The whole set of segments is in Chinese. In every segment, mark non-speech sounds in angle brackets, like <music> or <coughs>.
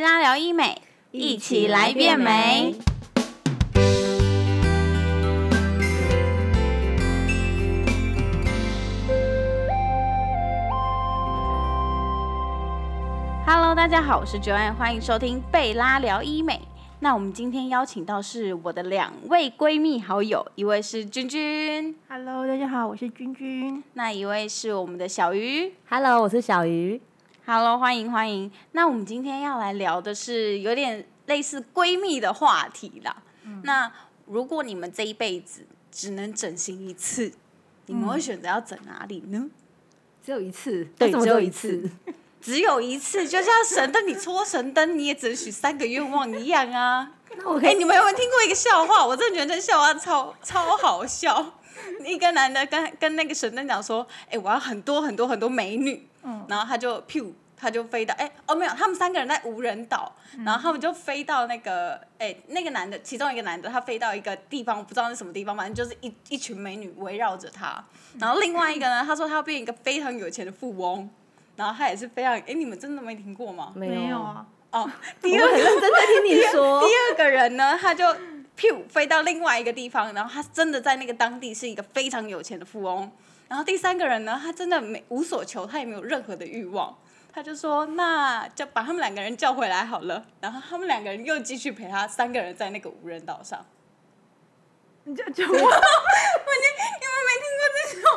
拉聊医美，一起来变美。Hello，大家好，我是 Joanne，欢迎收听贝拉聊医美。那我们今天邀请到是我的两位闺蜜好友，一位是君君， Hello，大家好，我是君君。那一位是我们的小鱼。 Hello，我是小鱼。 Hello，欢迎欢迎。那我们今天要来聊的是有点类似闺蜜的话题啦。那如果你们这一辈子只能整形一次，你们会选择要整哪里呢？只有一次，对为什么只有一一次。只有一次，就像神灯你戳神灯，你也只许三个愿望一样啊。那我哎、可以，你们有没有听过一个笑话？我真的觉得这笑话超超好笑。一个男的跟跟那个神灯讲说：“哎、我要很多很多很多美女。”然后他就 p 他就飞到哎、哦没有，他们三个人在无人岛，然后他们就飞到那个哎、那个男的，其中一个男的他飞到一个地方，我不知道是什么地方，反正就是一一群美女围绕着他。然后另外一个呢，他说他要变一个非常有钱的富翁，然后他也是非常哎、你们真的没听过吗？没有，啊，哦，第我二很认真在听你说第。二个人呢，他就噗飞到另外一个地方，然后他真的在那个当地是一个非常有钱的富翁。然后第三个人呢，他真的没无所求，他也没有任何的欲望，他就说那就把他们两个人叫回来好了。然后他们两个人又继续陪他三个人在那个无人岛上。你就就我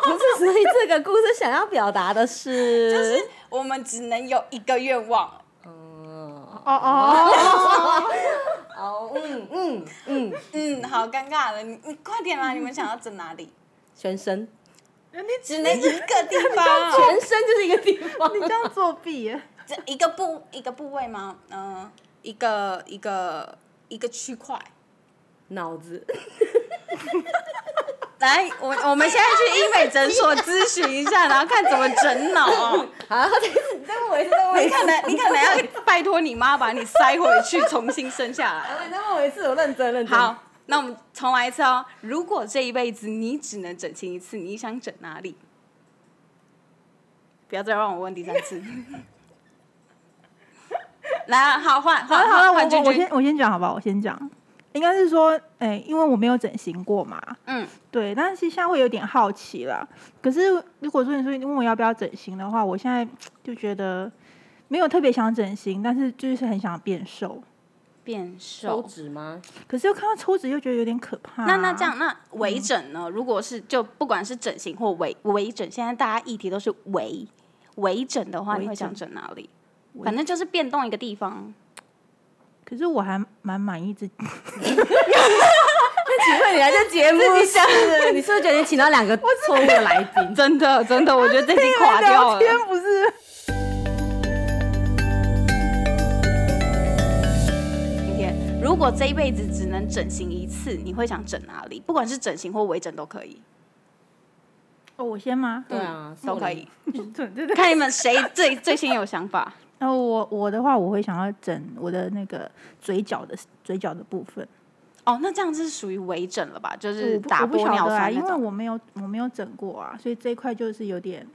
不是，所以这个故事想要表达的是，就是我们只能有一个愿望，嗯， <laughs> 哦哦，哦，嗯嗯嗯，嗯，好尴尬了，你你快点啦！你们想要整哪 <laughs> 里？全身，你只能一个地方，全身就是一个地方。你这样作弊耶？这一个部一个部位吗？嗯、一个一个一个区块。脑子，来，我我们现在去医美诊所咨询一下，然后看怎么整脑 <laughs> 哦。好，这次你再问我一次，再问我一你次，可能你可能要拜托你妈把你塞回去，重新生下来。你再问我一次，我认真认真。好，那我们重来一次哦。如果这一辈子你只能整形一次，你想整哪里？不要再让我问第三 <laughs> 次。来啊，好换好换了好了，换我换君我我君先。我先讲好不好？我先讲，应该是说，哎、因为我没有整形过嘛，嗯，对，但是现在会有点好奇啦。可是如果说你说你问我要不要整形的话，我现在就觉得没有特别想整形，但是就是很想变瘦。变抽瘦。脂吗？可是又看到抽脂又觉得有点可怕、啊那那这样，那微整呢？如果是就不管是整形或微微整，现在大家议题都是微微整的话，微你会整想整哪里？微反正就是变动一个地方。可是我还蛮满意自己。请问你来这节目是？ <laughs> 嗯你是不是觉得你请到两个错误的来 <laughs> <laughs> 宾？真的真的，我觉得这 <laughs> 集垮掉聊天了。不是？今天如果这一辈子只能整形一次，你会想整哪里？不管是整形或微整都可以，哦，我先吗？对啊，都可以。 <laughs> 对对对。看你们谁最最先有想法。然后我我的话，我会想要整我的那个嘴角的嘴角的部分，哦，那这样是属于微整了吧？就我是不打我不玻晓尿得啊，酸那因为种。我没有我没有整过啊，所以这一块就是有点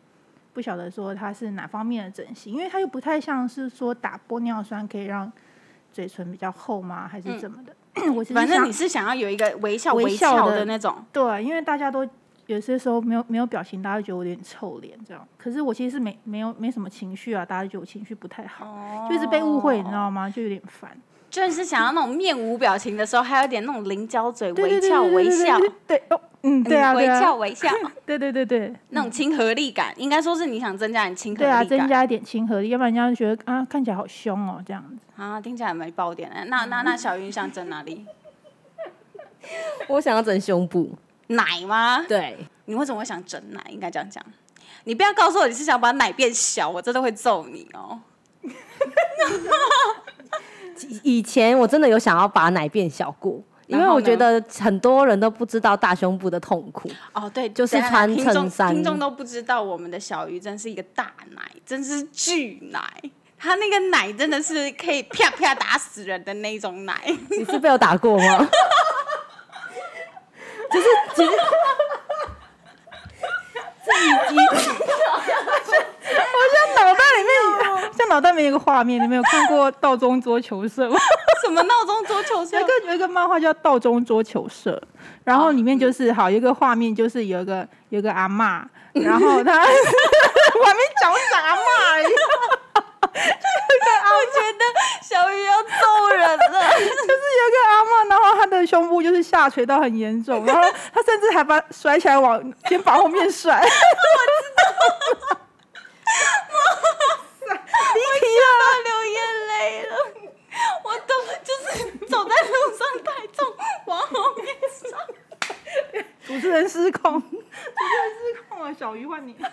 不晓得说它是哪方面的整形，因为它又不太像是说打玻尿酸可以让嘴唇比较厚吗，还是怎么的？ <clears throat> 我只是嗯反正想你是想要有一个微笑微微笑翘的的那种。对，因为大家都有些时候没有没有表情，大家就觉得我有点臭脸这样。可是我其实是没没有没什么情绪啊，大家就觉得我情绪不太好，哦就一直被误会，你知道吗？就有点烦。就是想要那种面无表情的时候，还有点那种菱角嘴，对微翘微笑，，对对对对对对哦，嗯，对啊，嗯对微啊翘，微笑，对对对对。那种亲和力感，应该说是你想增加你亲和对啊，力增感加一点亲和力，要不然人家就觉得啊，看起来好凶哦，这样 <laughs> 子。啊，听起来没爆点。那那那小云想整哪里？我想要整胸部。奶吗？对，你为什么会想整奶？应该这样讲。你不要告诉我你是想把奶变小，我真的会揍你哦！以前我真的有想要把奶变小过，因为然后我呢觉得很多人都不知道大胸部的痛 <laughs> 苦。哦，对，就是等一下穿听众衬衫听众都不知道我们的小鱼真是一个大奶，真是巨奶，他那个奶真的是可以啪啪打死人的那种奶。 <laughs> 你是被我打过吗？就是其实。自己我现像脑袋 <laughs> 里面，像脑袋里面有个画面，你们有看过《道中桌球社》吗？什么闹钟桌 <laughs> 球社 <laughs> 有一？个有一个漫画叫《道中桌球社》，然后里面就是好有一个画面，就是有一个有一个阿嬷，然后 <laughs> 她我还没讲我讲阿嬷而已， <laughs> 啊我觉得小鱼要揍人 <laughs> 了。就是有一个阿嬷，然后她的胸部就是下垂到很严重，然后她甚至还把甩起来往肩膀后面甩。我知道，离啊题了。要流眼泪了。我都就是走在路上太重，往后面 <laughs> 上。主持人失控，主持人失控了，小鱼换你。 <laughs>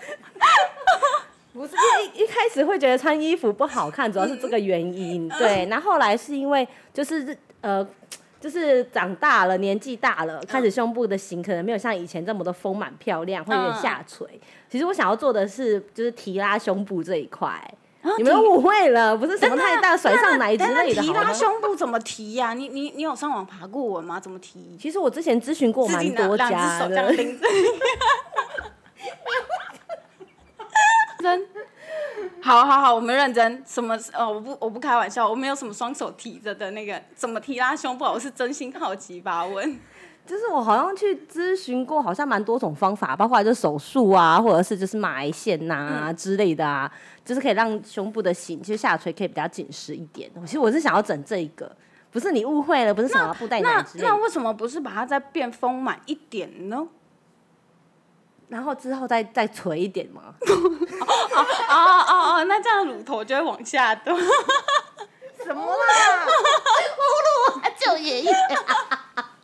不是因为一一开始会觉得穿衣服不好看，主要是这个原因。对，那后来是因为就是呃，就是长大了，年纪大了，开始胸部的型可能没有像以前这么的丰满漂亮，会有点下垂。其实我想要做的是就是提拉胸部这一块。你们误会了，不是什么太大甩上来之类的。啊提好拉吗胸部怎么提呀、你你你有上网爬过文吗？怎么提？其实我之前咨询过自己蛮拿多两只家手这样的，拎着。真。 <laughs> 好好好，我们认真。什么？呃，我不，我不开玩笑，我没有什么双手提着的那个，怎么提拉胸部？啊我是真心好奇吧？问。 <laughs> 就是我好像去咨询过，好像蛮多种方法，包括就是手术啊，或者是就是埋线呐、嗯之类的啊，就是可以让胸部的型其实下垂可以比较紧实一点。其实我是想要整这一个，不是你误会了，不是什么布袋奶那之类那的。为什么不是把它再变丰满一点 <laughs> 呢？哦然后之后再再垂一点 <laughs> 嘛，哦哦哦，那这样乳头就会往下 <laughs> 哎掉。什么啦？就爷爷，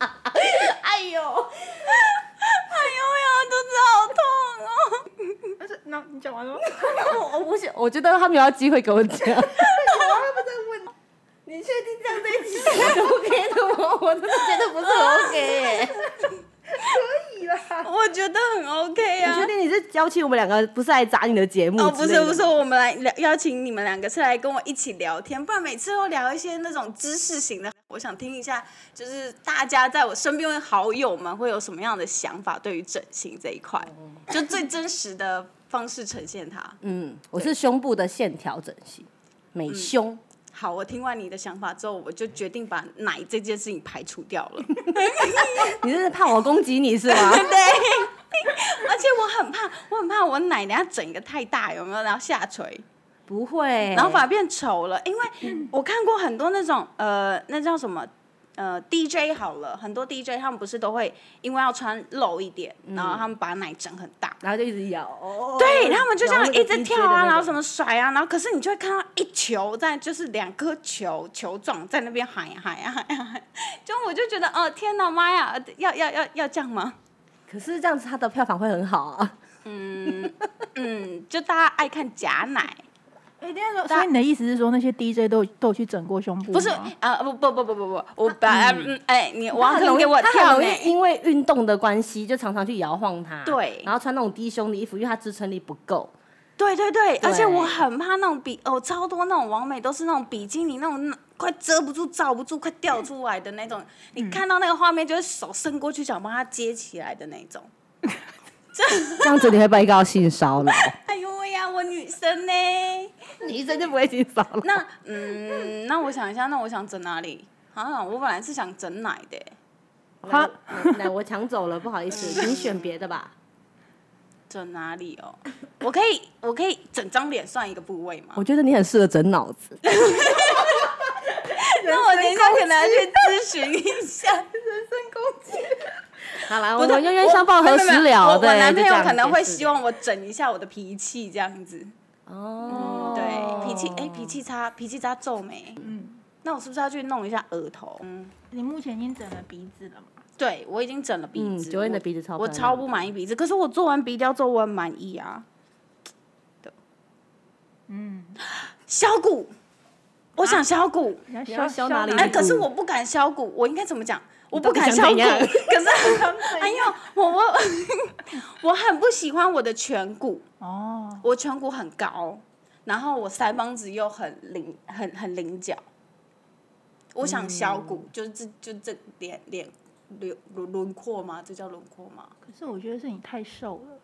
<laughs> 哎哎呦，呦呀，肚子好痛哦！而且，那你讲完了吗？我我不是，我觉得他们有机会给 <laughs> 我讲。你确定这样在一起是 OK 的吗？我真的觉得不是 OK 耶。哦 <laughs> 我觉得很 OK 你确啊。定你是邀请我们两个，不是来砸你的节目哦，之不类的是吗不是，我们来聊邀请你们两个是来跟我一起聊天，不然每次都聊一些那种知识型的。我想听一下，就是大家在我身边的好友们会有什么样的想法对于整形这一块，哦就最真实的方式呈现它。嗯，我是胸部的线条整形，美嗯胸。好，我听完你的想法之后，我就决定把奶这件事情排除掉了。 <laughs> 你是怕我攻击你是吗？而且我很怕，我很怕我奶奶整个太大，有没有？然后下垂，不会，然后反而变丑了。因嗯为我看过很多那种呃，那叫什么呃 DJ 好了，很多 DJ 他们不是都会因为要穿露一点，然嗯后他们把奶整很大。然后就一直摇，哦对，他们就这样摇那个一直 DJ 跳啊，的那然后个什么甩啊，然后可是你就会看到一球在，就是两颗球球状在那边喊呀喊呀喊呀喊， <laughs> 就我就觉得哦天哪妈呀，呃要要要要这样吗？可是这样子，它的票房会很好啊。嗯，就大家爱看假奶，哎，那个，所以你的意思是说，那些 DJ 都有都有去整过嗯胸部吗？不是哦啊，不不不不不不，我把嗯哎，你王它啊很肯容易给我它跳很呢容。易因为运动的关系，就常常去摇晃它。对然后穿那种低胸的衣服，因为它支撑力不够。对对对，而且对我很怕那种比哦，超多那种网美都是那种比基尼那种快遮不住、罩不住、快掉出来的那种，你看到那个画面就是手伸过去想帮它接起来的那种。这样子你会被告性骚 <laughs> 扰，哎呦喂呀，我女生呢？女生就不会性骚扰。那嗯，那我想一下，那我想整哪里？啊，我本来是想整奶的欸，好，那我抢走了，不好意思，你选别 <laughs> 的吧。整哪里哦？我可以，我可以整张脸算一个部位吗？我觉得你很适合整脑子，那我等一下可能要去咨询一下。好啦，不我对们哦冤冤相报何时没有没有了？我对，我男朋就这友样可能会解释希望我整一下我的脾气，这样子。哦，对，脾气哎，脾气差，脾气差皱眉。嗯，那我是不是要去弄一下额头？嗯，你目前已经整了鼻子了嘛？对我已经整了鼻嗯子。九我燕的鼻子超我漂超亮不满意鼻子，可是我做完鼻雕之后我很满意啊。嗯，削骨，我啊想削骨，你要你要削削哪里哎，屁可是股我不敢削骨，我应该怎么讲？我嗯到不底敢想削怎骨，样 <laughs> 可是 <laughs> 哎呦，我我我很不喜欢我的颧骨。哦，我颧骨很高，然后我腮帮子又很棱，很很棱角。我想削嗯骨，就是这就这脸脸轮轮轮廓吗？这叫轮廓吗？可是我觉得是你太瘦了，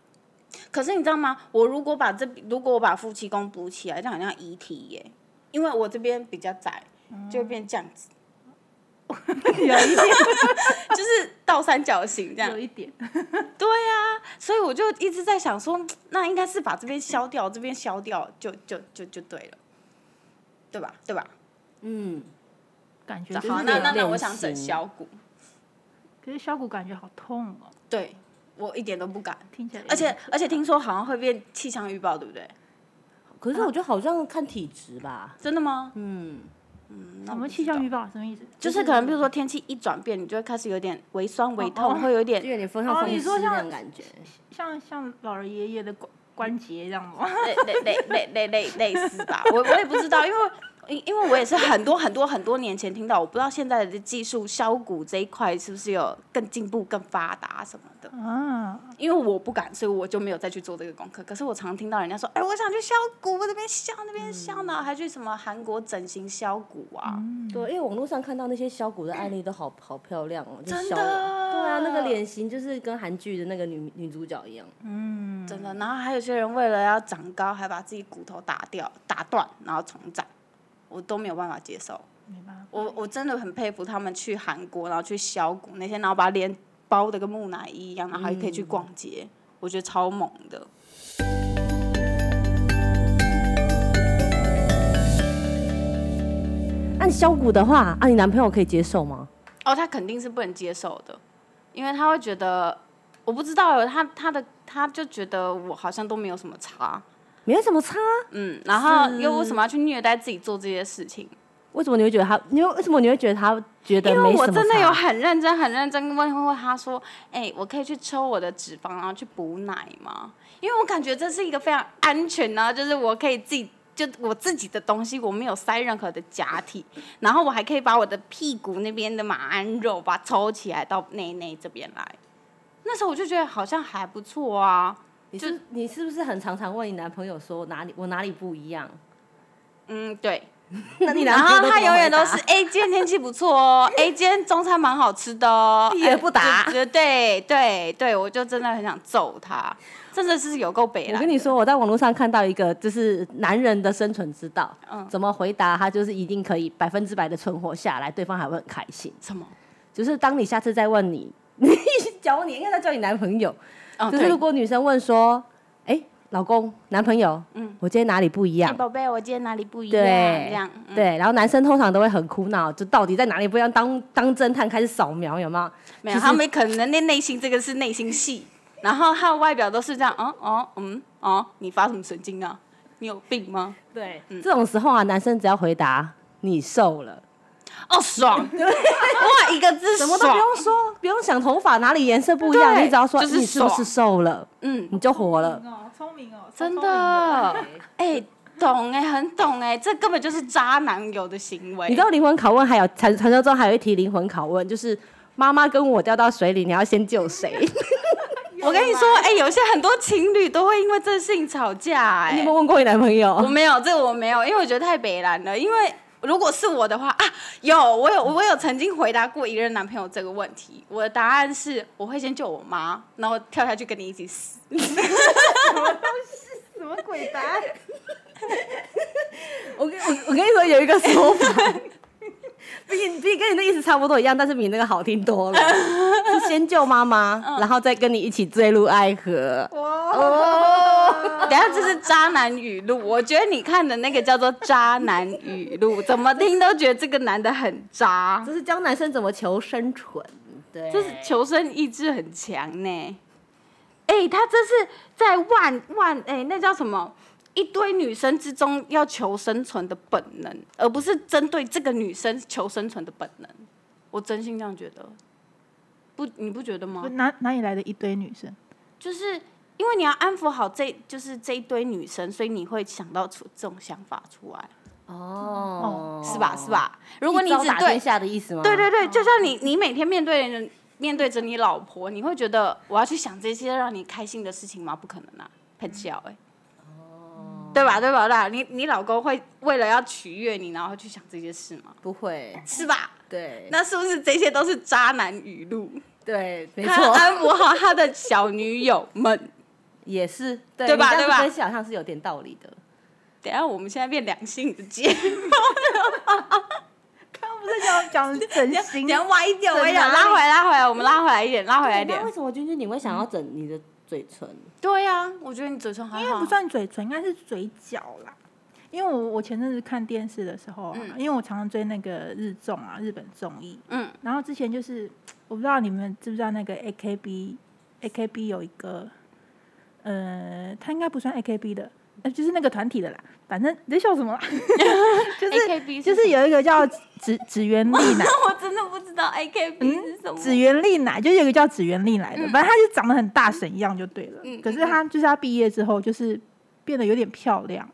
可是你知道吗？我如果把这如果我把夫妻宫补起来，这样好像遗体耶，因为我这边比较窄，就会变这样子，有一点，就是倒三角形这样嗯有。一点，对呀、所以我就一直在想说，那应该是把这边消掉，这边消掉，就就就就对了，对吧？对吧？嗯，感觉就是好，那那那练我想整习削骨，可是削骨感觉好痛哦，对我一点都不敢，听起来有而且点而且听说好像会变气象预报，对不对？可是我觉得好像看体质吧，真的吗？嗯，嗯，那什我么不气知象道预报什么意思？就是可能，比如说天气一转变，你就会开始有点微酸、微哦痛，会有 <laughs> 就点有点风向哦风你湿说像那种感觉。像像老人爷爷的关关节这样吗？类类类类类类类似吧。我我也不知道，因为因因为我也是很多很多很多年前听到，我不知道现在的技术削骨这一块是不是有更进步、更发达什么的。啊，因为我不敢，所以我就没有再去做这个功课。可是我常听到人家说，哎、我想去削骨，我这边削那边削，然后还去什么韩国整形削骨啊。对，因为网络上看到那些削骨的案例都好好漂亮哦，嗯就真削的了对啊，那个脸型就是跟韩剧的那个女女主角一样。嗯，真的，然后还有些人为了要长高，还把自己骨头打掉、打断，然后重长，我都没有办法接受。没办法，我我真的很佩服他们去韩国，然后去削骨那些，然后把脸包的跟木乃伊一样，然后还可以嗯去逛街，我觉得超猛的。按削骨的话，啊，你男朋友可以接受吗？哦，他肯定是不能接受的，因为他会觉得我不知道欸，他他的他就觉得我好像都没有什么差，没什么差，嗯，然后又为什么要去虐待自己做这些事情？为什么你会觉得他？你为为什么你会觉得他觉得因没为我什么真的有差？很认真、很认真问问他说：“哎、我可以去抽我的脂肪，然后去补奶吗？”因为我感觉这是一个非常安全然后就是我可以自己就我自己的东西，我没有塞任何的假体，然后我还可以把我的屁股那边的马鞍肉把它抽起来到内内这边来。那时候我就觉得好像还不错啊，你是你是不是很常常问你男朋友说哪里我哪里不一样？ <laughs> 嗯，对。那你然男后朋友都他怎么永远回答都是哎，今天天气不错 <laughs> 哦，哎，今天中餐蛮好吃的 <laughs> 哦，也哎不答就就对对对，我就真的很想揍他，真的是有够北我了跟。你说，我在网络上看到一个，就是男人的生存之道，嗯怎么回答他就是一定可以百分之百的存活下来，对方还会很开心。什么？就是当你下次再问你， <laughs> 你教你应该在叫你男朋友，哦，就是对如，果女生问说，哎、老公、男朋友，嗯我今天哪里不一样哎，？宝贝，我今天哪里不一样？对这样，嗯对，然后男生通常都会很苦恼，就到底在哪里不一样？当当侦探开始扫描，有没有？没有，其实他们可能内内心这个是内心戏，然后他的外表都是这样，哦哦嗯哦，你发什么神经啊？你有病吗？对，嗯嗯这种时候啊，男生只要回答你瘦了，哦， <laughs> 爽！哇，一个字什么都不爽用说，不用想头发哪里颜色不一样，对你只要说就是你是不是瘦了，嗯，你就活了。哦，聪明哦，真超聪明的，哎、懂哎、很懂哎、这根本就是渣男有的行为。你知道灵魂拷问还有传传说中还有一题灵魂拷问，就是妈妈跟我掉到水里，你要先救 <laughs> 谁？我跟你说，哎、有些很多情侣都会因为这事情吵架、你有哎没，有问过你男朋我友？没有，这个我没有，因为我觉得太北蓝了。因为如果是我的话啊，有我有我有曾经回答过一个人男朋友这个问题，我的答案是我会先救我妈，然后跳下去跟你一起死。 <laughs> <laughs> 什么鬼答案？我跟我我跟你说有一个说 <laughs> 法，比你比你跟你的意思差不多一样，但是比你那个好听 <laughs> 多了。是先救妈妈，然后再跟你一起坠入爱河。等一下这是渣男语录，我觉得你看的那个叫做渣男语录，怎么听都觉得这个男的很渣。这是教男生怎么求生存。对，这是求生意志很强呢、哎、他这是在万万哎、那叫什么？一堆女生之中要求生存的本能，而不是针对这个女生求生存的本能。我真心这样觉得，不，你不觉得吗不？ <laughs> 哪哪里来的一堆女生？就是因为你要安抚好这，就是这一堆女生，所以你会想到出这种想法出来，哦，是吧？是？吧？如如果果你你只只打对天下的意思吗？对对对，就像你你每天面对人面对着你老婆，你会觉得我要去想这些让你开心的事情吗？不可能啊，喷笑哎、对吧？对吧？对吧？你你老公会为了要取悦你，然后去想这些事吗？不会，是吧？对那是不是这些都是渣男语录？对，没啊他安抚好他的小女友们， <laughs> 也是，对对吧你这对样吧分析好像是有点道理的。等一下我们现在变良性的接，刚刚不是讲讲整等形一，下歪掉，整歪掉，哪里拉回来，拉回来，我们拉回来一点，拉回来一点哎那为。什么君君你会想要整你的嘴唇？对呀、啊我觉得你嘴唇还因为好不，算嘴唇，应该是嘴角啦。因为我我前阵子看电视的时候啊，因为我常常追那个日综啊，日本综艺，嗯，然后之前就是我不知道你们知不知道那个 AKB AKB 有一个，呃，他应该不算 AKB 的，呃，就是那个团体的啦。反正你在笑什么啦？ <laughs> 就是 AKB 就是有一个叫指指原丽乃，我真的不知道 AKB 是什么。指原丽乃，就是有一个叫指原丽乃的，反正她就长得很大神一样就对了。嗯可是她就是她毕业之后，就是变得有点漂亮。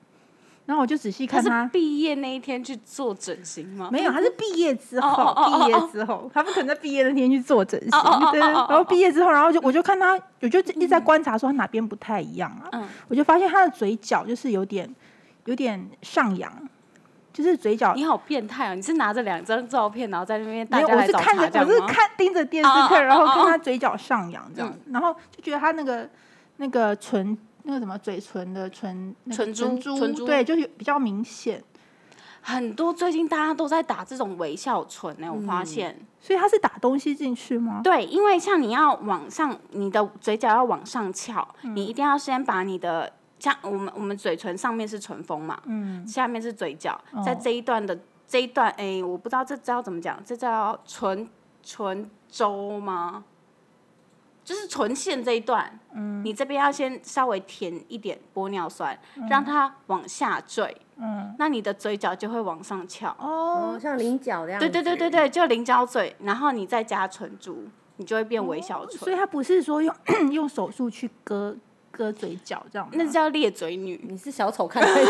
然后我就仔细他看是她，毕业那一天去做整形吗？没有，她是毕业之哦哦后哦，哦毕业之后，她不可能在毕业那天去做整形哦哦哦哦哦哦。对，然后毕业之后，然后就我就看她，我就一直在观察说她哪边不太一样啊。嗯，我就发现她的嘴角就是有点有点上扬，就是嘴角你好变态哦！你是拿着两张照片，然后在那边大没有，家我来是找看茬这着，我样是吗？看盯着电视哦哦嗯看，然后哦哦看哦他嘴角上扬这样，然后就觉得他那个那个唇那个什么嘴唇的唇那个唇珠唇唇珠对，就是比较明显，很多最近大家都在打这种微笑唇呢、我嗯发现、所以他是打东西进去吗？对，因为像你要往上，你的嘴角要往上翘，嗯你一定要先把你的像我们我们嘴唇上面是唇峰嘛，嗯，下面是嘴角，哦在这一段的这一段，哎、我不知道这招怎么讲，这叫唇唇周吗？就是唇线这一段，嗯，你这边要先稍微填一点玻尿酸，嗯让它往下坠，嗯，那你的嘴角就会往上翘，哦哦，，像菱角那样。对对对对。对，就菱角嘴，然后你再加唇珠，你就会变微小所以唇，他不是说用 <clears throat> 用手术去割割嘴角这样吗，那叫裂嘴女，你是小丑 <laughs> 看太多，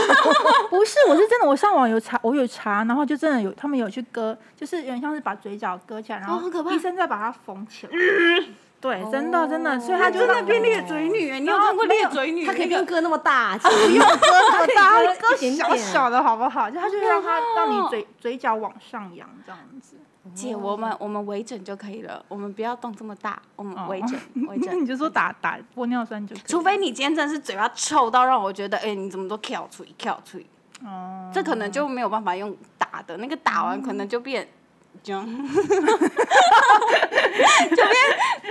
不是，我是真的，我上网有查，我有查，然后就真的有他们有去割，就是有点像是把嘴角割起来，然哦后很可怕医生再把它缝 <laughs> 起来。对，真的真的，所以他就哦真的让变裂嘴女欸，你有然后看过没裂有嘴女他可以那不用个？割那么 <laughs> 大，不用割那么大，可以割它割一点小点小的好不好？就他就让它好可怕让哦你嘴嘴角往上扬这样子。姐，我们我们微整就可以了，我们不要动这么大，我们哦嗯微 <laughs> 整 <laughs> 微那整。你就说打打玻尿酸就可以了，除非你今天真的是嘴巴臭到让我觉得，哎、你怎么都翘嘴翘嘴，哦，这可能就没有办法用打的，那个打完可能就变，这样就变。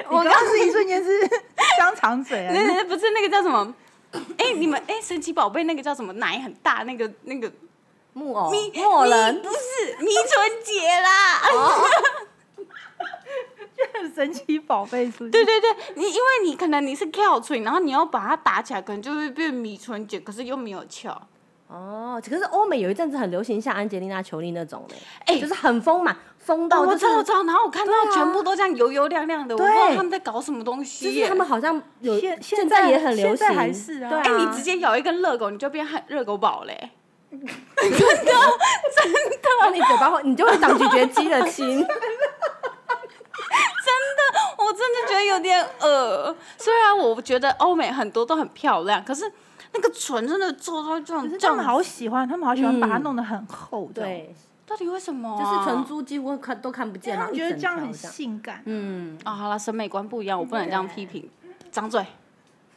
我我刚刚刚是一瞬间是香肠嘴啊，那那 <laughs> 不是那个叫什么？ <coughs> 哎、你们哎、神奇宝贝那个叫什么？奶很大那个那个木偶、咪木偶人咪不是迷唇姐啦。神奇宝贝是不是？对对对，你因为你可能你是翘唇，然后你要把它打起来，可能就会变迷唇姐，可是又没有翘。哦，可是欧美有一阵子很流行像安吉丽娜·裘丽那种嘞，哎就是很丰满，丰哦，到我就知是道，我知道，然后我看到对啊全部都这样油油亮亮的，我不对知道他们在搞什么东西就耶。是他们好像有现现在也很流行，现在还是啊对哎、你直接咬一根热狗，你就变汉热狗堡嘞。那你嘴巴会，你就会长咀嚼肌的 <laughs> 亲。我真的觉得有点恶。虽然我觉得欧美很多都很漂亮，可是那个唇真的做到这可种是这他们种，好喜欢，他们好喜欢把它嗯弄得很厚这样，对，到底为什么、啊就是唇。珠几乎看都看不见，他然们后一觉得整这样条很这样性感。嗯，啊、好了，审美观不一样，我不能这样批评。张嘴，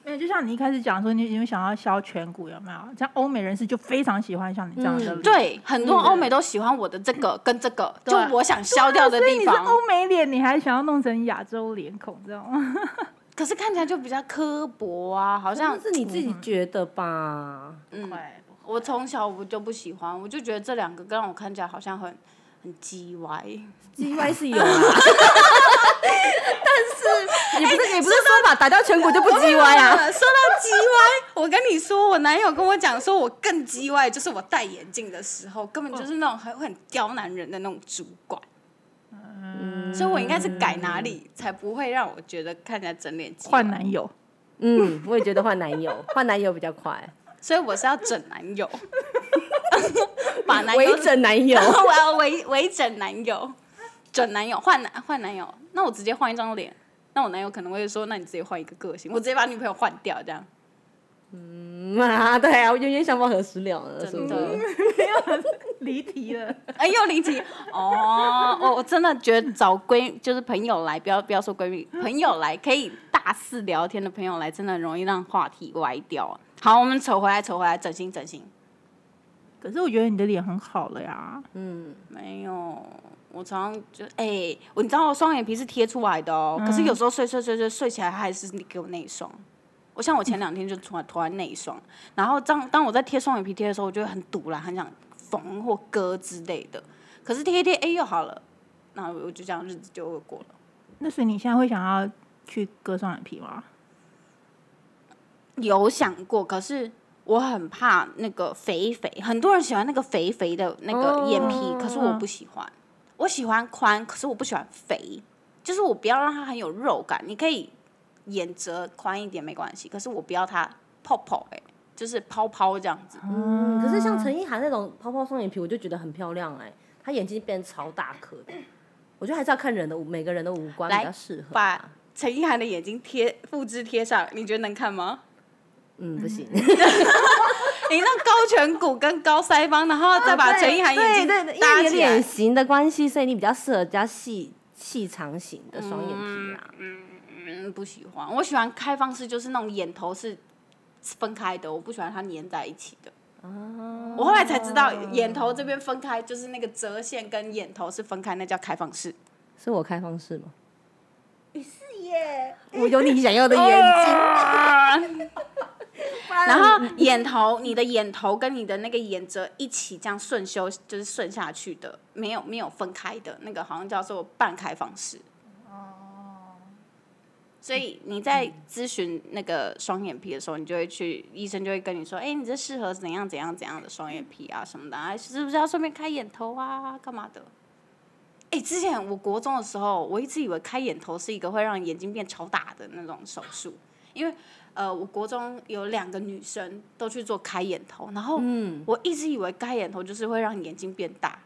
没有，就像你一开始讲说，你你们想要削颧骨有没有？像欧美人士就非常喜欢像你这样嗯的脸，对，很多欧美都喜欢我的这个跟这个，就对我想消掉的啊所以地你是方，欧美脸，你还想要弄成亚洲脸孔，知道吗？可是看起来就比较刻薄啊，好好像像是你自己觉得吧？嗯，对，我从小我就不喜欢，我就觉得这两个让我看起来好像很很叽歪。 G Y 是有啦，但是你不是你不是说把打掉颧骨就不 G Y 啊？说到叽歪，我跟你说，我男友跟我讲说，我更叽歪，就是我戴眼镜的时候，根本就是那种很会很刁难人的那种主管。所以我应该是改哪里，才不会让我觉得看起来整脸鸡歪换。男友，嗯，我也觉得换男友，换男友比较快，所以我是要整男友，把男友微整男友然后 <laughs> 我要微微整男友，整男友换男换男友，那我直接换一张脸，那我男友可能会说，那你直接换一个个性，我直接把女朋友换掉这样。嗯啊，对啊，我冤冤相报何时了呢？是不真是？的，离题了。哎，又离题哦！我我真的觉得找闺就是朋友来，不要不要说闺蜜，朋友来可以大大肆聊天的朋友来，真的很容易让话题歪掉。好，我们扯回来，扯回来，整形，整形。可是我觉得你的脸很好了呀，嗯，没有，我常常就哎、我你知道我双眼皮是贴出来的哦，可是有时候睡睡睡睡睡起来，它还是给我内双。我像我前两天就突然涂完内双，然后当当我在贴双眼皮贴的时候，我就会很堵啦，很想缝或割之类的。可是贴一贴，哎、又好了，那我就这样日子就会过了。那所以你现在会想要去割双眼皮吗？有想过，可是我很怕那个肥肥，很多人喜欢那个肥肥的那个眼皮，可是我不喜哦欢。我喜欢宽，可是我不喜欢肥，就是我不要让它很有肉感。你可以眼折宽一点没关系，可是我不要它泡泡哎、就是泡泡这样子。嗯可是像陈意涵那种泡泡双眼皮，我就觉得很漂亮哎、她眼睛变超大颗的。我觉得还是要看人的五每个人的五官比来较适合把吧。陈意涵的眼睛贴复制贴上，你觉得能看吗？嗯，不行，你那高颧骨跟高腮帮，然后再把陈意涵眼睛啊对对，因搭为你的起来脸。型的关系，所以你比较适合比较细细长型的双眼皮啊啦。嗯，不喜欢。我喜欢开放式，就是那种眼头是分开的，我不喜欢它粘在一起的。我后来才知道，眼头这边分开，就是那个折线跟眼头是分开，那叫开放式。是我开放式吗？耶，我有你想要的眼 <laughs> 睛，然后眼头，你的眼头跟你的那个眼褶一起这样顺修，就是顺下去的，没有没有分开的那个，好像叫做半开放式。所以你在咨询那个双眼皮的时候，你就会去医生就会跟你说，哎、你这适合怎样怎样怎样的双眼皮啊什么的啊，是不是要顺便开眼头啊，干嘛的？哎、之前我国中的时候，我一直以为开眼头是一个会让眼睛变超大的那种手术，因为呃，我国中有两个女生都去做开眼头，然后我一直以为开眼头就是会让眼睛变大。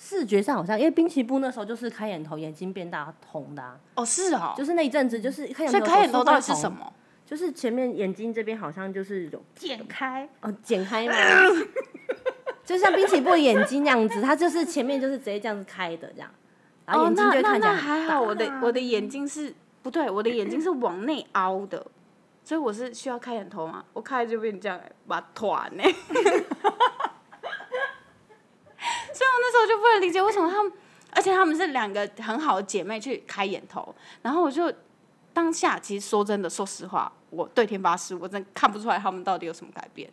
视觉上好像，因为滨崎步那时候就是开眼头，眼睛变大红的、啊，哦，是哦，就是那一阵子就是开眼所头。以开眼头到底是什？么？就是前面眼睛这边好像就是有 <coughs> 剪开，哦，剪开吗？ <laughs> 就像滨崎步的眼睛那样子，它就是前面就是直接这样子开的这样，然后哦，眼睛就那那会看起来那很还大啊好，我的我的眼睛是不对，我的眼睛是往内凹的，所以我是需要开眼头嘛？我开了就变这样、欸，把团呢、 <laughs> 所以我那时候就不能理解为什么他们，而且他们是两个很好的姐妹去开眼头，然后我就当下其实说真的，说实话，我对天发誓，我真的看不出来他们到底有什么改变。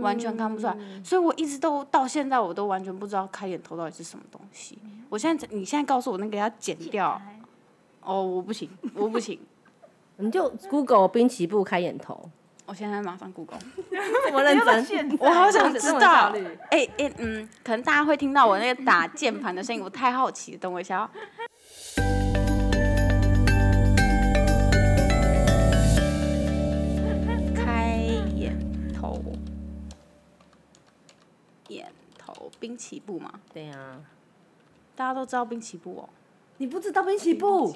完全看不出来，嗯所以我一直都到现在我都完全不知道开眼头到底是什么东西。嗯我现在你现在告诉我那个要剪掉，哦，我不行，我不行，你就 Google 滨崎步开眼头，我现在马上 <laughs> Google，这么认真，我好想知道这么有效率。哎哎嗯，可能大家会听到我那个打键盘的声音，我太好奇了，等我一下哦。 <laughs> 开眼头，眼头滨崎步嘛，对啊，大家都知道滨崎步哦。你不知道滨崎步，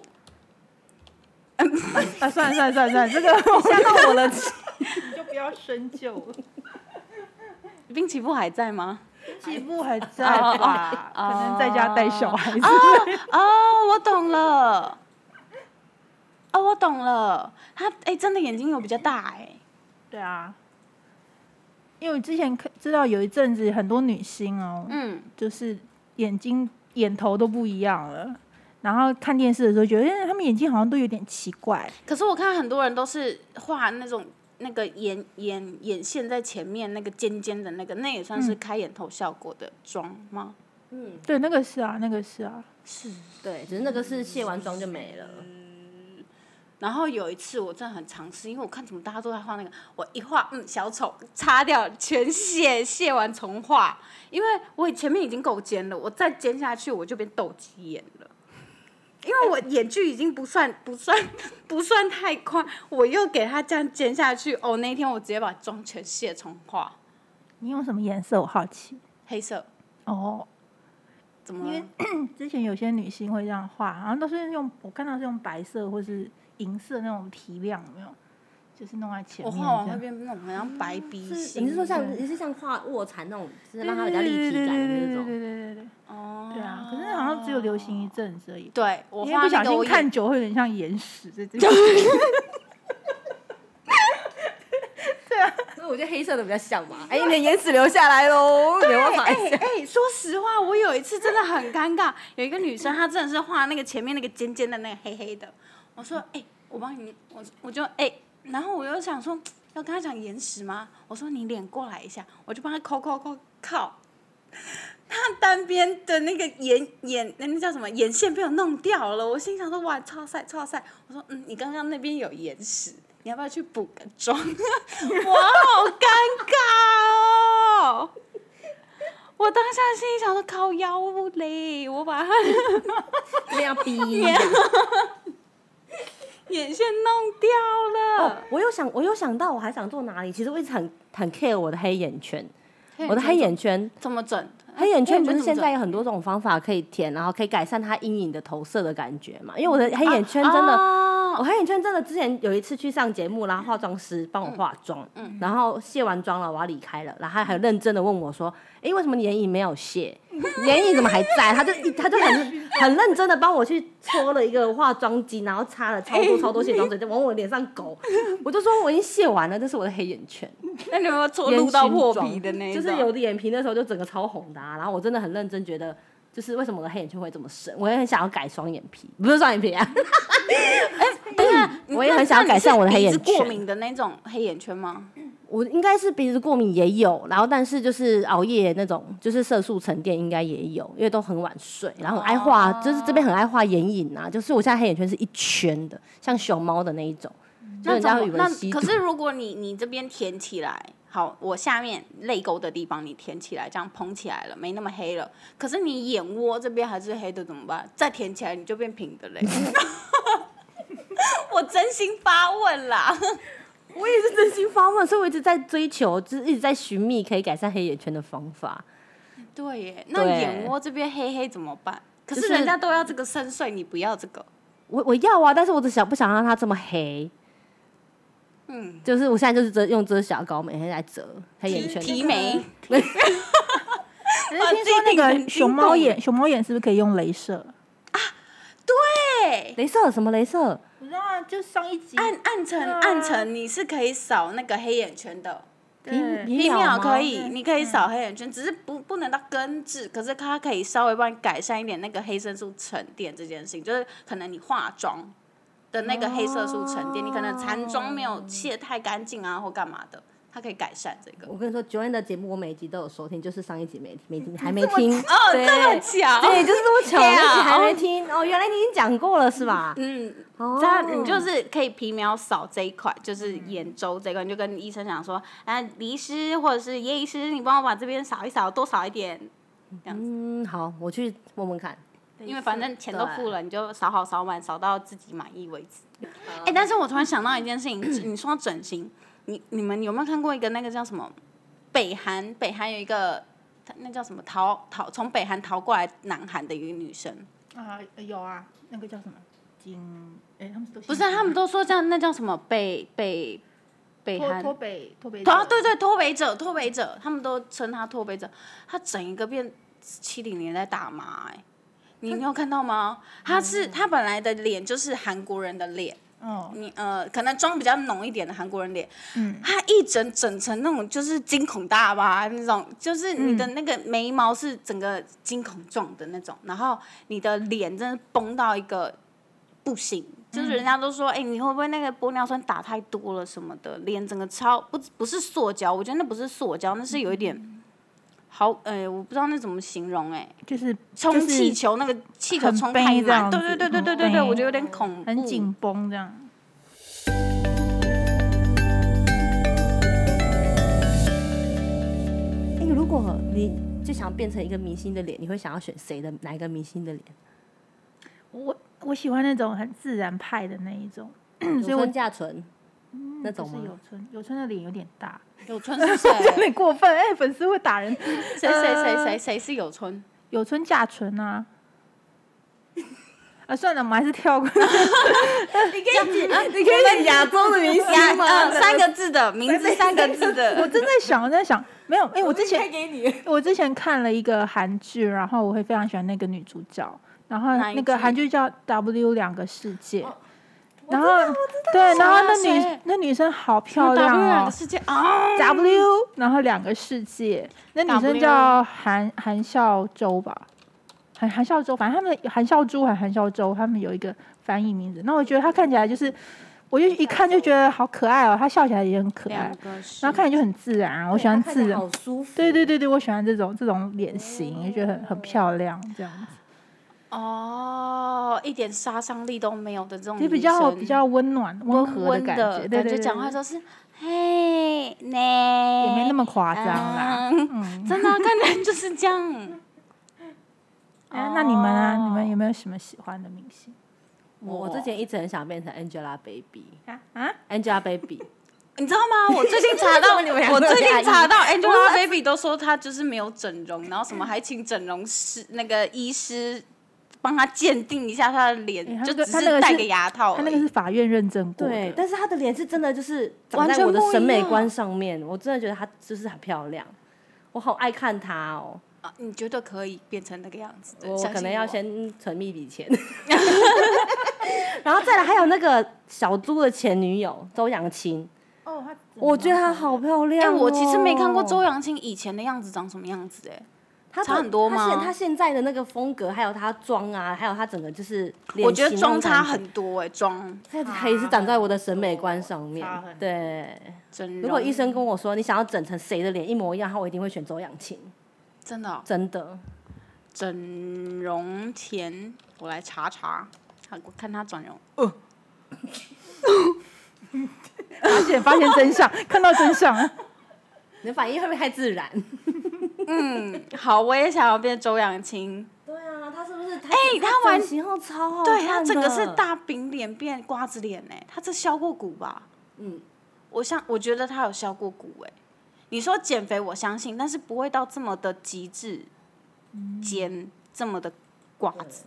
啊，算了算了算了算了，<laughs> 这个吓到我了。就不要深究了。滨崎步还在吗？西部还在吧？可能在家带小孩子。 <laughs> 哦，我懂了。哦，我懂了。他哎、真的眼睛有比较大哎、对啊，因为我之前看知道有一阵子很多女星哦，嗯，就是眼睛眼头都不一样了。然后看电视的时候，觉得哎，他们眼睛好像都有点奇怪。可是我看很多人都是画那种那个眼眼眼线在前面那个尖尖的那个，那也算是开眼头效果的妆吗？嗯，对，那个是啊，那个是啊。是。对，只是那个是卸完妆就没了。然后有一次我真的很尝试，因为我看怎么大家都在画那个，我一画，嗯，小丑擦掉，全卸，卸完重画，因为我前面已经够尖了，我再尖下去我就变斗鸡眼了。因为我眼距已经不算不算不算太宽，我又给它这样尖下去，哦，那一天我直接把妆全卸重画，你用什么颜色？我好奇。黑色，哦，怎么了？之前有些女星会这样画，好像都是用我看到是用白色或是银色那种提亮，有没有？就是弄在前我面这画完会样。嗯变那种好像白鼻是型，你是说像对你是像画卧蚕那种，就是让它比较立体感的那对对种？对对对对对哦，对啊！可是好像像只有流行一阵子而已。对我因为画不那小个心我也看久会有点像眼屎这这。所以我觉得黑色的比较像嘛。哎，你的眼屎流下来喽，没办法哎一下。哎，说实话，我有一次真的很尴尬，有一个女生她真的是画那个前面那个尖尖的那个黑黑的，我说哎、我帮你，我我就哎、然后我又想说要跟她讲延时吗？我说你脸过来一下，我就帮她抠抠抠靠。她单边的那个眼眼那那叫什么眼线被我弄掉了，我心想说哇超晒超晒，我说嗯你刚刚那边有眼屎，你要不要去补个妆？我 <laughs> 好尴尬哦。我当下心里想说靠腰嘞，我把他这边要逼。眼线弄掉哦了。，我有想，我有想到，我还想做哪里？其实我一直很很 care 我的黑眼圈，我的黑眼圈，怎么整？哎黑眼圈不怎是么现在整有很多种方法可以填，然后可以改善它阴影的投射的感觉嘛？因为我嗯的黑眼圈真的，哦我黑眼圈真的之前有一次去上节目，然后化妆师帮我嗯化妆，然后卸完妆了，我要离开了，然后他还认真的问我说：“哎、为什么你眼影没有卸？眼影怎么还在？”他就一他就很很认真的帮我去搓了一个化妆巾，然后擦了超多超多卸妆水，就往我脸上勾。我就说我已经卸完了，这是我的黑眼圈，那你有没有搓烟撸到熏破妆皮的那一就种？是有的眼皮那时候就整个超红的、啊，然后我真的很认真觉得。就是为什么我的黑眼圈会这么深？我也很想要改双眼皮，不是双眼皮啊， <laughs> 哎等一下，我也很想要改善我的黑眼嗯那你圈是鼻子过敏的那种黑眼圈吗？我应该是鼻子过敏也有，然后但是就是熬夜那种，就是色素沉淀应该也有，因为都很晚睡，然后很爱画，哦就是这边很爱画眼影啊，就是我现在黑眼圈是一圈的，像熊猫的那一种，就那人怎家么会以？为嗯那吸毒可。是如果你你这边填起来，好，我下面泪沟的地方你填起来，这样蓬起来了，没那么黑了。可是你眼窝这边还是黑的，怎么办？再填起来你就变平的嘞。 <laughs> 我真心发问啦。我也是真心发问，所以我一直在追求，就是一直在寻觅可以改善黑眼圈的方法。对耶，那对眼窝这边黑黑怎么办？可就是是人家都要这个深邃，你不要这个。我我要啊，但是我只想不想让它这么黑，嗯，就是我现在就是遮用遮瑕膏每天在遮黑眼圈。提眉，可是听说那个熊猫眼，熊猫眼是不是可以用镭射？对，镭射什么镭射？不知道啊，就上一集暗暗沉对啊暗沉，你是可以扫那个黑眼圈的，皮皮皮秒秒吗嗯可以，你可以扫黑眼圈，只是不不能到根治，可是它可以稍微帮你改善一点那个黑色素沉淀这件事情，就是可能你化妆的那个黑色素沉淀，你可能残妆没哦有卸太干净啊，或干嘛的，它可以改善这个。我跟你说，Joanne 的节目我每一集都有收听，就是上一集没听，没听还没听哦，对巧对，就是这么巧，对啊那集还没听哦，原来你已经讲过了是吧？嗯，哦嗯这样你就是可以皮秒扫这一块，就是眼周这一块，你就跟医生讲说，啊，李医师或者是叶医师，你帮我把这边扫一扫，多扫一点，嗯，好，我去问问看。因为反正钱都付了，你就扫好扫满，扫到自己满意为止。哎、但是我突然想到一件事情， <clears throat> 你说到整形，你你们有没有看过一个那个叫什么？北韩，北韩有一个，那叫什么逃逃从北韩逃过来南韩的一个女生，啊有啊，那个叫什么金？哎，他们都姓不是啊、他们都说叫那叫什么北北北脱韩脱北脱北者啊，对对，脱北者，脱北者，他们都称他脱北者，他整一个变七零年代大妈、哎，你你有看到吗？他是他本来的脸就是韩国人的脸，嗯，你呃，可能妆比较浓一点的韩国人脸，他一整整成那种就是惊恐大吧那种，就是你的那个眉毛是整个惊恐状的那种，然后你的脸真的崩到一个不行，就是人家都说，哎、你会不会那个玻尿酸打太多了什么的，脸整个超不不是塑胶，我觉得那不是塑胶，那是有一嗯点。好，哎、我不知道那怎么形容、哎，就是充就是气球那个气球很充悲太这满，样对子对对对对很对对，悲我觉得有点恐怖，很紧绷这样。哎，如果你就想变成一个明星的脸，你会想要选谁的哪一个明星的脸？我我喜欢那种很自然派的那一种，所以有我村架纯那就种是吗？有春有春的脸有点大，有春是 <laughs> 谁？有点过分哎，粉丝会打人。呃谁谁谁谁谁是有春？有春嫁纯啊，啊，算了，我们还是跳过。你可以 <laughs> 啊讲，你可以讲亚洲的明呀，星吗？嗯， <laughs> 三个字的名字，三个字我的，正在想，我正在想，没有，哎、我之前开给你，我之前看了一个韩剧，然后我会非常喜欢那个女主角，然后哪一那个剧韩剧叫《W 两个世界》哦，然后对，然后那谁啊女谁那女生好漂亮两哦个世界啊， ，W，然 <laughs> 后两个世界，那女生 W 叫韩韩孝周吧。韩韩孝周，反正他们韩孝珠还韩孝周，他们有一个翻译名字。那我觉得她看起来就是，我就一看就觉得好可爱哦，她笑起来也很可爱啊两，个世然后看起来就很自然啊，我喜欢看起自来然。好舒服。对对对对，我喜欢这种这种脸型，也觉得很很漂亮，这样子哦，一点杀伤力都没有的这嗯种女就生，比较比较温暖温和温感的觉，对对感觉对讲话对都是嘿呢，也没那么夸张啦。嗯嗯，真的啊看人就是这样。哎那你们呢？你们哦有没有什么喜欢的明星我我之前一直很想变 <laughs> 成 Angelababy，Angelababy。啊啊？你知道 <laughs> 吗？我最近查到，们两我个最压近抑查到 Angelababy 都说她就是没有整容，然后什么还请整容师那个医师帮她鉴定一下她的哎脸，她就那个只她那个是戴是个牙套而已。他那个是法院认证过对的，，但是她的脸是真的就是长完在全我的不一审美样观上面，我真的觉得她就是很漂亮，我好爱看她哦。啊你觉得可以变成那个样子的？我相信可能要我先存一笔钱， <laughs> 然后再来还有那个小猪的前女友周扬青，哦，他我觉得她好漂亮、哎、哦。我其实没看过周扬青以前的样子长什么样子哎、她的，差很多她现吗她现在的那个风格，还有她妆啊，还有她整个就是脸型那种感，我觉得妆差很多哎、妆她她也是长在我的审美观上面差很。多对，整容。如果医生跟我说你想要整成谁的脸一模一样，他我一定会选周扬青，真的哦、真的。整容前，我来查查，看我看他整容。发现发现真 <laughs> 相，看到真相了，你的反应会不会太自然？好，我也想要变周扬青。 <laughs> 对啊，她是不是？哎、哎她完型后超好对他看整个的是大饼脸变瓜子脸哎、他这削过骨吧？嗯，我像我觉得他有削过骨哎、你说减肥我相信，但是不会到这么的极致，嗯尖这么的瓜子。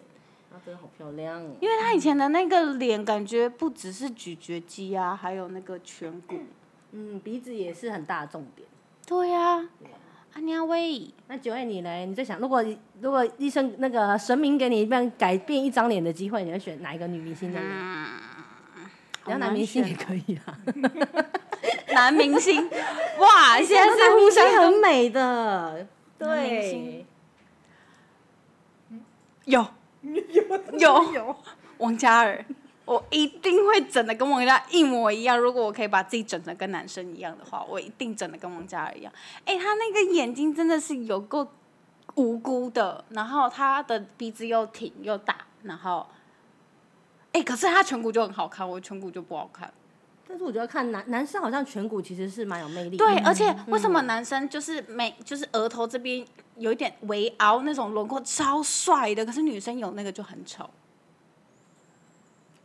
她真的好漂亮哦。因为他以前的那个脸，感觉不只是咀嚼肌啊，还有那个颧骨。嗯，鼻子也是很大的重点。对呀、啊，阿娘喂，那九月你呢？你在想，如果如果医生那个神明给你一半改变一张脸的机会，你会选哪一个女明星的脸？好然后男难明星也选可以 <laughs> 啊。男明星， <laughs> 哎哇，现在是互明相星很美的，男明对星， <laughs> 有有有王嘉尔，我一定会整的跟王嘉尔一模一样。如果我可以把自己整的跟男生一样的话，我一定整的跟王嘉尔一样。哎、他那个眼睛真的是有够无辜的，然后他的鼻子又挺又大，然后。哎、可是他颧骨就很好看，我颧骨就不好看。但是我觉得看男男生好像颧骨其实是蛮有魅力的。嗯对，而且为什么男生就是眉，就是额头这边有一点微凹那种轮廓，超帅的。可是女生有那个就很丑，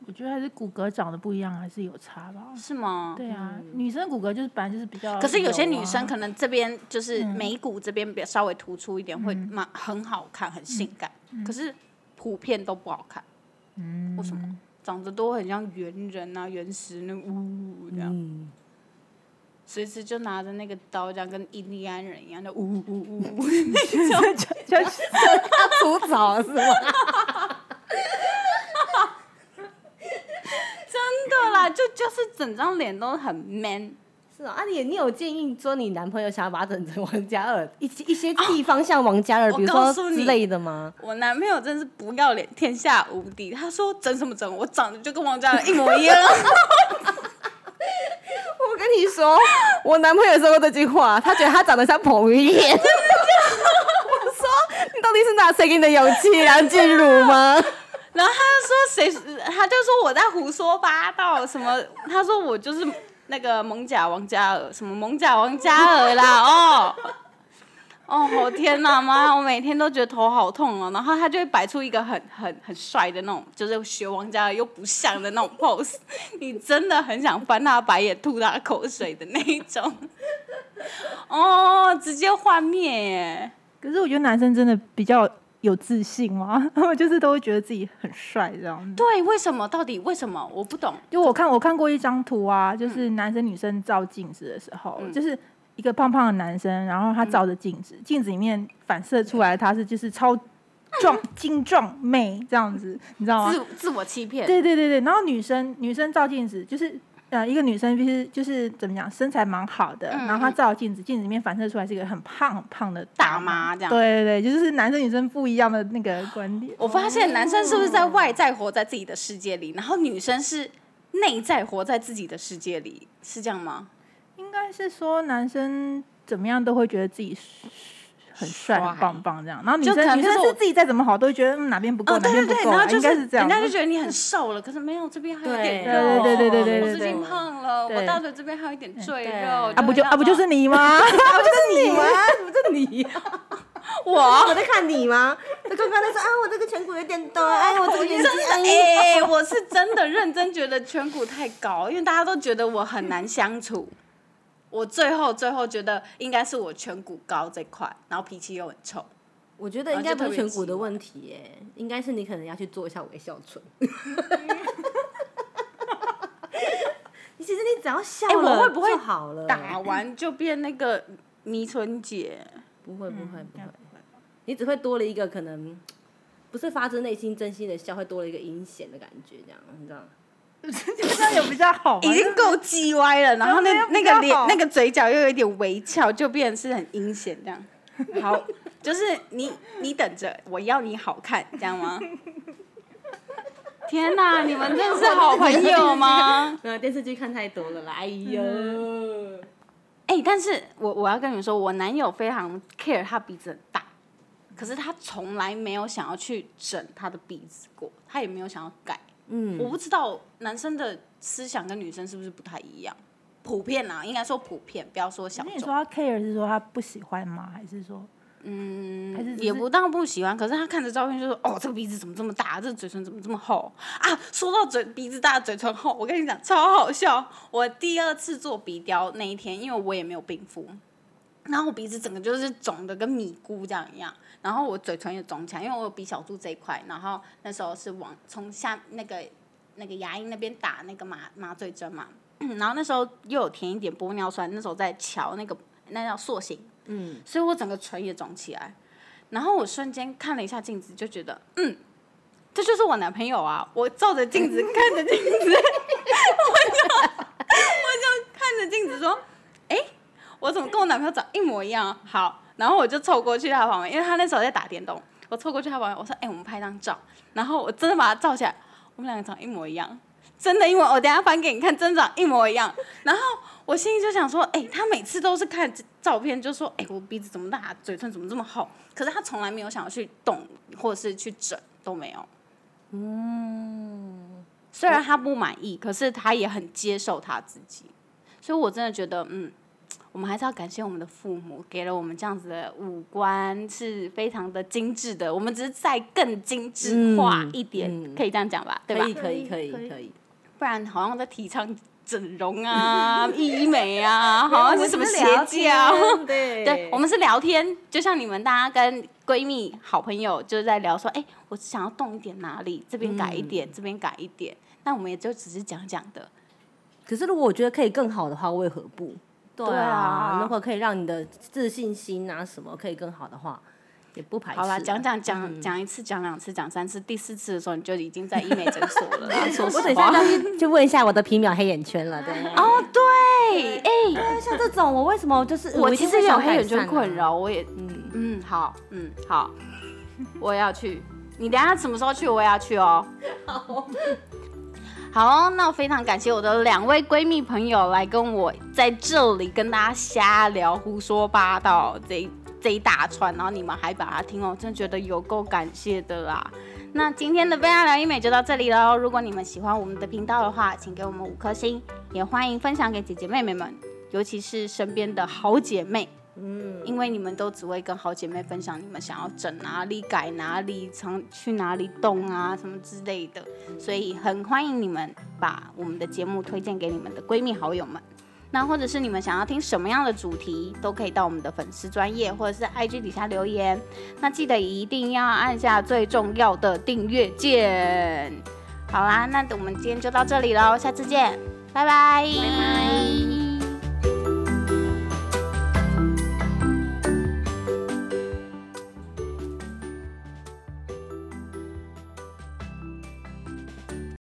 我觉得还是骨骼长得不一样，还是有差吧。是吗？对啊，女生骨骼就是本来就是比较柔啊，可是有些女生可能这边就是眉骨这边比较稍微突出一点，会蛮很好看，很性感。可是普遍都不好看，嗯为什么？长得都很像猿人啊、原石那呜这样，嗯，随时就拿着那个刀这样跟印第安人一样的呜呜呜呜。 <laughs> 就是他除草是吗？真的啦，就就是整张脸都很 man。是啊，啊你你有建议说你男朋友想要把他整成王嘉尔一些一些地方像王嘉 <laughs> 尔，我比如告说诉之你类的吗？我男朋友真是不要脸，天下无敌。他说整什么整，我长得就跟王嘉尔一模一样。 <laughs> 啊我跟你说，我男朋友说过这句话，他觉得他长得像彭于晏。 <laughs> 我说，你到底是拿谁给你的勇气？梁静茹吗？然后他就说谁，他就说我在胡说八道什么。他说我就是那个蒙甲王嘉尔，什么蒙甲王嘉尔啦，哦。哦，我天哪，妈！我每天都觉得头好痛哦。然后他就会摆出一个很很很帅的那种，就是学王嘉尔又不像的那种 pose，你真的很想翻他白眼、吐他口水的那一种。哦，直接幻灭耶！可是我觉得男生真的比较有自信吗？ <laughs> 他们就是都会觉得自己很帅这样子。对，为什么？到底为什么？我不懂。就我看我看过一张图啊，就是男生女生照镜子的时候，就是一个胖胖的男生，然后他照着镜子，镜子里面反射出来他是就是超 <laughs> 壮精壮妹这样子，你知道吗？自自我欺骗。对对对对，然后女生女生照镜子就是。呃，一个女生就是就是怎么讲，身材蛮好的，嗯然后她照镜子，镜子里面反射出来是一个很胖很胖的大妈妈这样对对对，就是男生女生不一样的那个观点。我发现男生是不是在外在活在自己的世界里，然后女生是内在活在自己的世界里，是这样吗？应该是说男生怎么样都会觉得自己很帅、很棒棒这样，然后女就可生能女就是生我是自己再怎么好都会觉得、嗯、哪边不够、哦，哪对边对不对，够然啊，后就应该是是这人样吧。家就觉得你很瘦了，可是没有这边还有一点对肉，对对对对对我对最近对胖了，对我大腿这边还有一点赘对肉，啊不就啊不就是你吗？不就是你吗？不就是你呀、我？ <laughs> 我在啊看你吗？他刚刚在说啊，我这个颧骨有点短，哎，我这个眼睛，哎，哎、我是真的认真觉得颧骨太高，因为大家都觉得我很难相处。我最后最后觉得应该是我颧骨高这块，然后脾气又很臭。我觉得应该不是颧骨的问题耶，应该是你可能要去做一下微笑 <laughs> 唇。你其实你只要笑哎我了会不会就好了，打完就变那个迷春姐，不会不会不会，你只会多了一个可能不是发自内心真心的笑，会多了一个阴险的感觉，这样你知道吗？这样有比较好吗？已经够叽歪了，然后那真的那比较个好脸那个嘴角又有一点微翘，就变成是很阴险这样。 <laughs> 好，就是你你等着，我要你好看，这样 <laughs> 吗？天哪，你们真的是好朋友吗？没有电视剧看太多了啦，哎呦，嗯哎、但是我我要跟你们说，我男友非常 care 他鼻子很大，可是他从来没有想要去整他的鼻子过，他也没有想要改。嗯我不知道男生的思想跟女生是不是不太一样，普遍啊啦，应该说普遍，不要说小那你说众。他 care 是说他不喜欢吗？还是说还是嗯只，是也不当不喜欢，可是他看着照片就说：“哦，这个鼻子怎么这么大？这个嘴唇怎么这么厚啊？”说到嘴鼻子大、嘴唇厚，我跟你讲超好笑。我第二次做鼻雕那一天，因为我也没有病夫，然后我鼻子整个就是肿的跟米糊这样一样，然后我嘴唇也肿起来，因为我有鼻小柱这一块，然后那时候是往从下那个那个牙龈那边打那个麻麻醉针嘛， <coughs> 然后那时候又有填一点玻尿酸，那时候在瞧那个那叫塑形，嗯，所以我整个唇也肿起来，然后我瞬间看了一下镜子，就觉得嗯，这就是我男朋友啊！我照着镜子看着镜子，我就我就看着镜子说，哎、我怎么跟我男朋友长一模一样啊、好，然后我就凑过去他旁边，因为他那时候在打电动，我凑过去他旁边，我说：“哎、我们拍张照。”然后我真的把他照起来，我们两个长一模一样，真的一模。我等一下翻给你看，真的长一模一样。然后我心里就想说：“哎、他每次都是看照片就说：‘哎、我鼻子怎么大，嘴唇怎么这么厚？’可是他从来没有想要去动或者是去整都没有。”嗯，虽然他不满意，可是他也很接受他自己，所以我真的觉得，嗯。我们还是要感谢我们的父母，给了我们这样子的五官是非常的精致的。我们只是再更精致化一点，嗯嗯可以这样讲吧？对吧可？以可以可可以以可以可以，不然好像在提倡整容 <laughs> 啊、医美啊，好像是什么邪教。教？对对，我们是聊天，就像你们大家跟闺蜜、好朋友就是在聊说，哎、我想要动一点哪里，这边改一点，这边改一点。那我们也就只是讲讲的，可是如果我觉得可以更好的话，为何不？对对啊如果可以让你的自信心啊什么可以更好的话，也不排斥啊。好啦，讲讲讲讲一次，讲两次，讲三次，第四次的时候你就已经在医美诊所了 <laughs> 啦。说我等实一下话要，去去问一下我的皮秒黑眼圈了。对，哦， <laughs> 哦，对，哎、像这种我为什么就是我一其定实会也有想黑眼改善圈啊困。扰，我也，嗯，嗯，好，嗯， <laughs> 好，我也要去。你等一下什么时候去，我也要去 <laughs> 哦。好，好、那我非常感谢我的两位闺蜜朋友来跟我在这里跟大家瞎聊、胡说八道这一这一大串，然后你们还把它听完，哦我真的觉得有够感谢的啦。那今天的贝拉聊医美就到这里喽。如果你们喜欢我们的频道的话，请给我们五颗星，也欢迎分享给姐姐妹妹们，尤其是身边的好姐妹。因为你们都只会跟好姐妹分享你们想要整哪里、改哪里、常去哪里动啊什么之类的，所以很欢迎你们把我们的节目推荐给你们的闺蜜好友们。那或者是你们想要听什么样的主题，都可以到我们的粉丝专业或者是 IG 底下留言。那记得一定要按下最重要的订阅键。好啦，那我们今天就到这里喽，下次见，拜拜。拜拜